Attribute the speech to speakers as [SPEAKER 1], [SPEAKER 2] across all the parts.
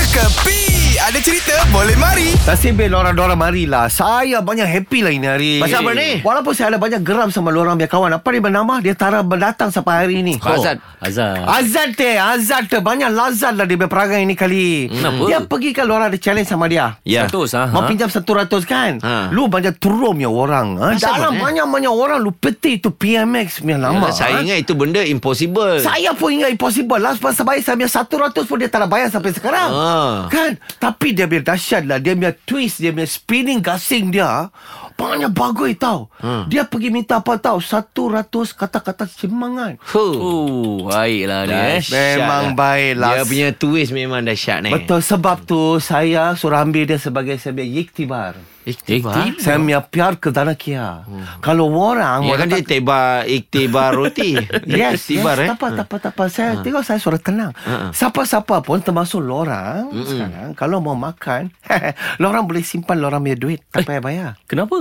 [SPEAKER 1] Kepi Ada cerita boleh mari
[SPEAKER 2] Nasib baik orang-orang marilah Saya banyak happy lah ini hari
[SPEAKER 3] Pasal apa ni?
[SPEAKER 2] Walaupun saya ada banyak geram sama orang punya kawan Apa dia bernama? Dia tara berdatang sampai hari ni
[SPEAKER 3] Oh, Azad.
[SPEAKER 4] Azad
[SPEAKER 2] Azad te, Azad te Banyak lazat lah dia punya perangai ini kali
[SPEAKER 4] Kenapa?
[SPEAKER 2] Dia pergi kan orang ada challenge sama dia
[SPEAKER 3] Ya.
[SPEAKER 4] Betul sah
[SPEAKER 2] Mau pinjam satu ratus kan
[SPEAKER 3] Ha.
[SPEAKER 2] Lu banyak turun punya orang ha?
[SPEAKER 3] Asal
[SPEAKER 2] Dalam
[SPEAKER 3] boleh?
[SPEAKER 2] banyak-banyak orang Lu peti tu PMX punya nama
[SPEAKER 3] Yalah, saya
[SPEAKER 2] ha?
[SPEAKER 3] ingat itu benda impossible.
[SPEAKER 2] Saya pun ingat impossible Last pas bayar Saya punya 100 pun Dia tak nak bayar sampai sekarang
[SPEAKER 3] Ah.
[SPEAKER 2] Kan Tapi dia punya dahsyat lah Dia punya twist Dia punya spinning gasing dia Banyak bagus tau
[SPEAKER 3] Hmm.
[SPEAKER 2] Dia pergi minta apa tau 100 kata-kata semangat
[SPEAKER 3] Huh.
[SPEAKER 4] Oh Baiklah ni eh
[SPEAKER 3] Dahsyat
[SPEAKER 2] Memang
[SPEAKER 3] lah.
[SPEAKER 2] baik
[SPEAKER 3] Dia
[SPEAKER 2] lah
[SPEAKER 3] punya twist memang dahsyat ni.
[SPEAKER 2] Betul sebab tu Saya suruh ambil dia sebagai Saya punya iktibar
[SPEAKER 4] Eh, Iktibar
[SPEAKER 2] Saya punya piar ke tanah kia Kalau orang
[SPEAKER 3] Ya Hmm. kan
[SPEAKER 2] orang
[SPEAKER 3] dia
[SPEAKER 2] tak-
[SPEAKER 3] tiba iktibar roti.
[SPEAKER 2] Yes,
[SPEAKER 3] iktibar
[SPEAKER 2] yes.
[SPEAKER 3] eh. Hmm.
[SPEAKER 2] Tak apa, tak apa, tak apa. Saya tengok saya suruh tenang.
[SPEAKER 3] Ha.
[SPEAKER 2] Siapa-siapa pun termasuk lorang
[SPEAKER 3] Hmm.
[SPEAKER 2] sekarang kalau mau makan, lorang boleh simpan lorang punya duit, tak
[SPEAKER 3] Eh.
[SPEAKER 2] payah bayar.
[SPEAKER 4] Kenapa?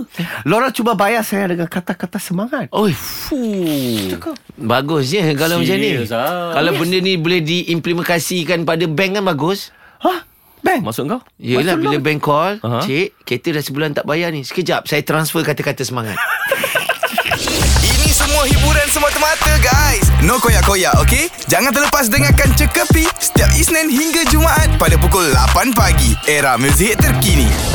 [SPEAKER 2] Lorang cuba bayar saya dengan kata-kata semangat.
[SPEAKER 3] Oi, fuh.
[SPEAKER 2] Cakap.
[SPEAKER 3] Bagus je kalau macam ni.
[SPEAKER 4] Serius ah.
[SPEAKER 3] Kalau benda ni boleh diimplementasikan pada bank kan bagus.
[SPEAKER 2] Hah? Bang.
[SPEAKER 4] Maksud kau?
[SPEAKER 3] Yelah bila bank call
[SPEAKER 4] Aha.
[SPEAKER 3] Cik kereta dah sebulan tak bayar ni Sekejap saya transfer kata-kata semangat
[SPEAKER 1] Ini semua hiburan semata-mata guys No koyak-koyak ok Jangan terlepas dengarkan Cekapi Setiap Isnin hingga Jumaat Pada pukul 8 pagi Era muzik terkini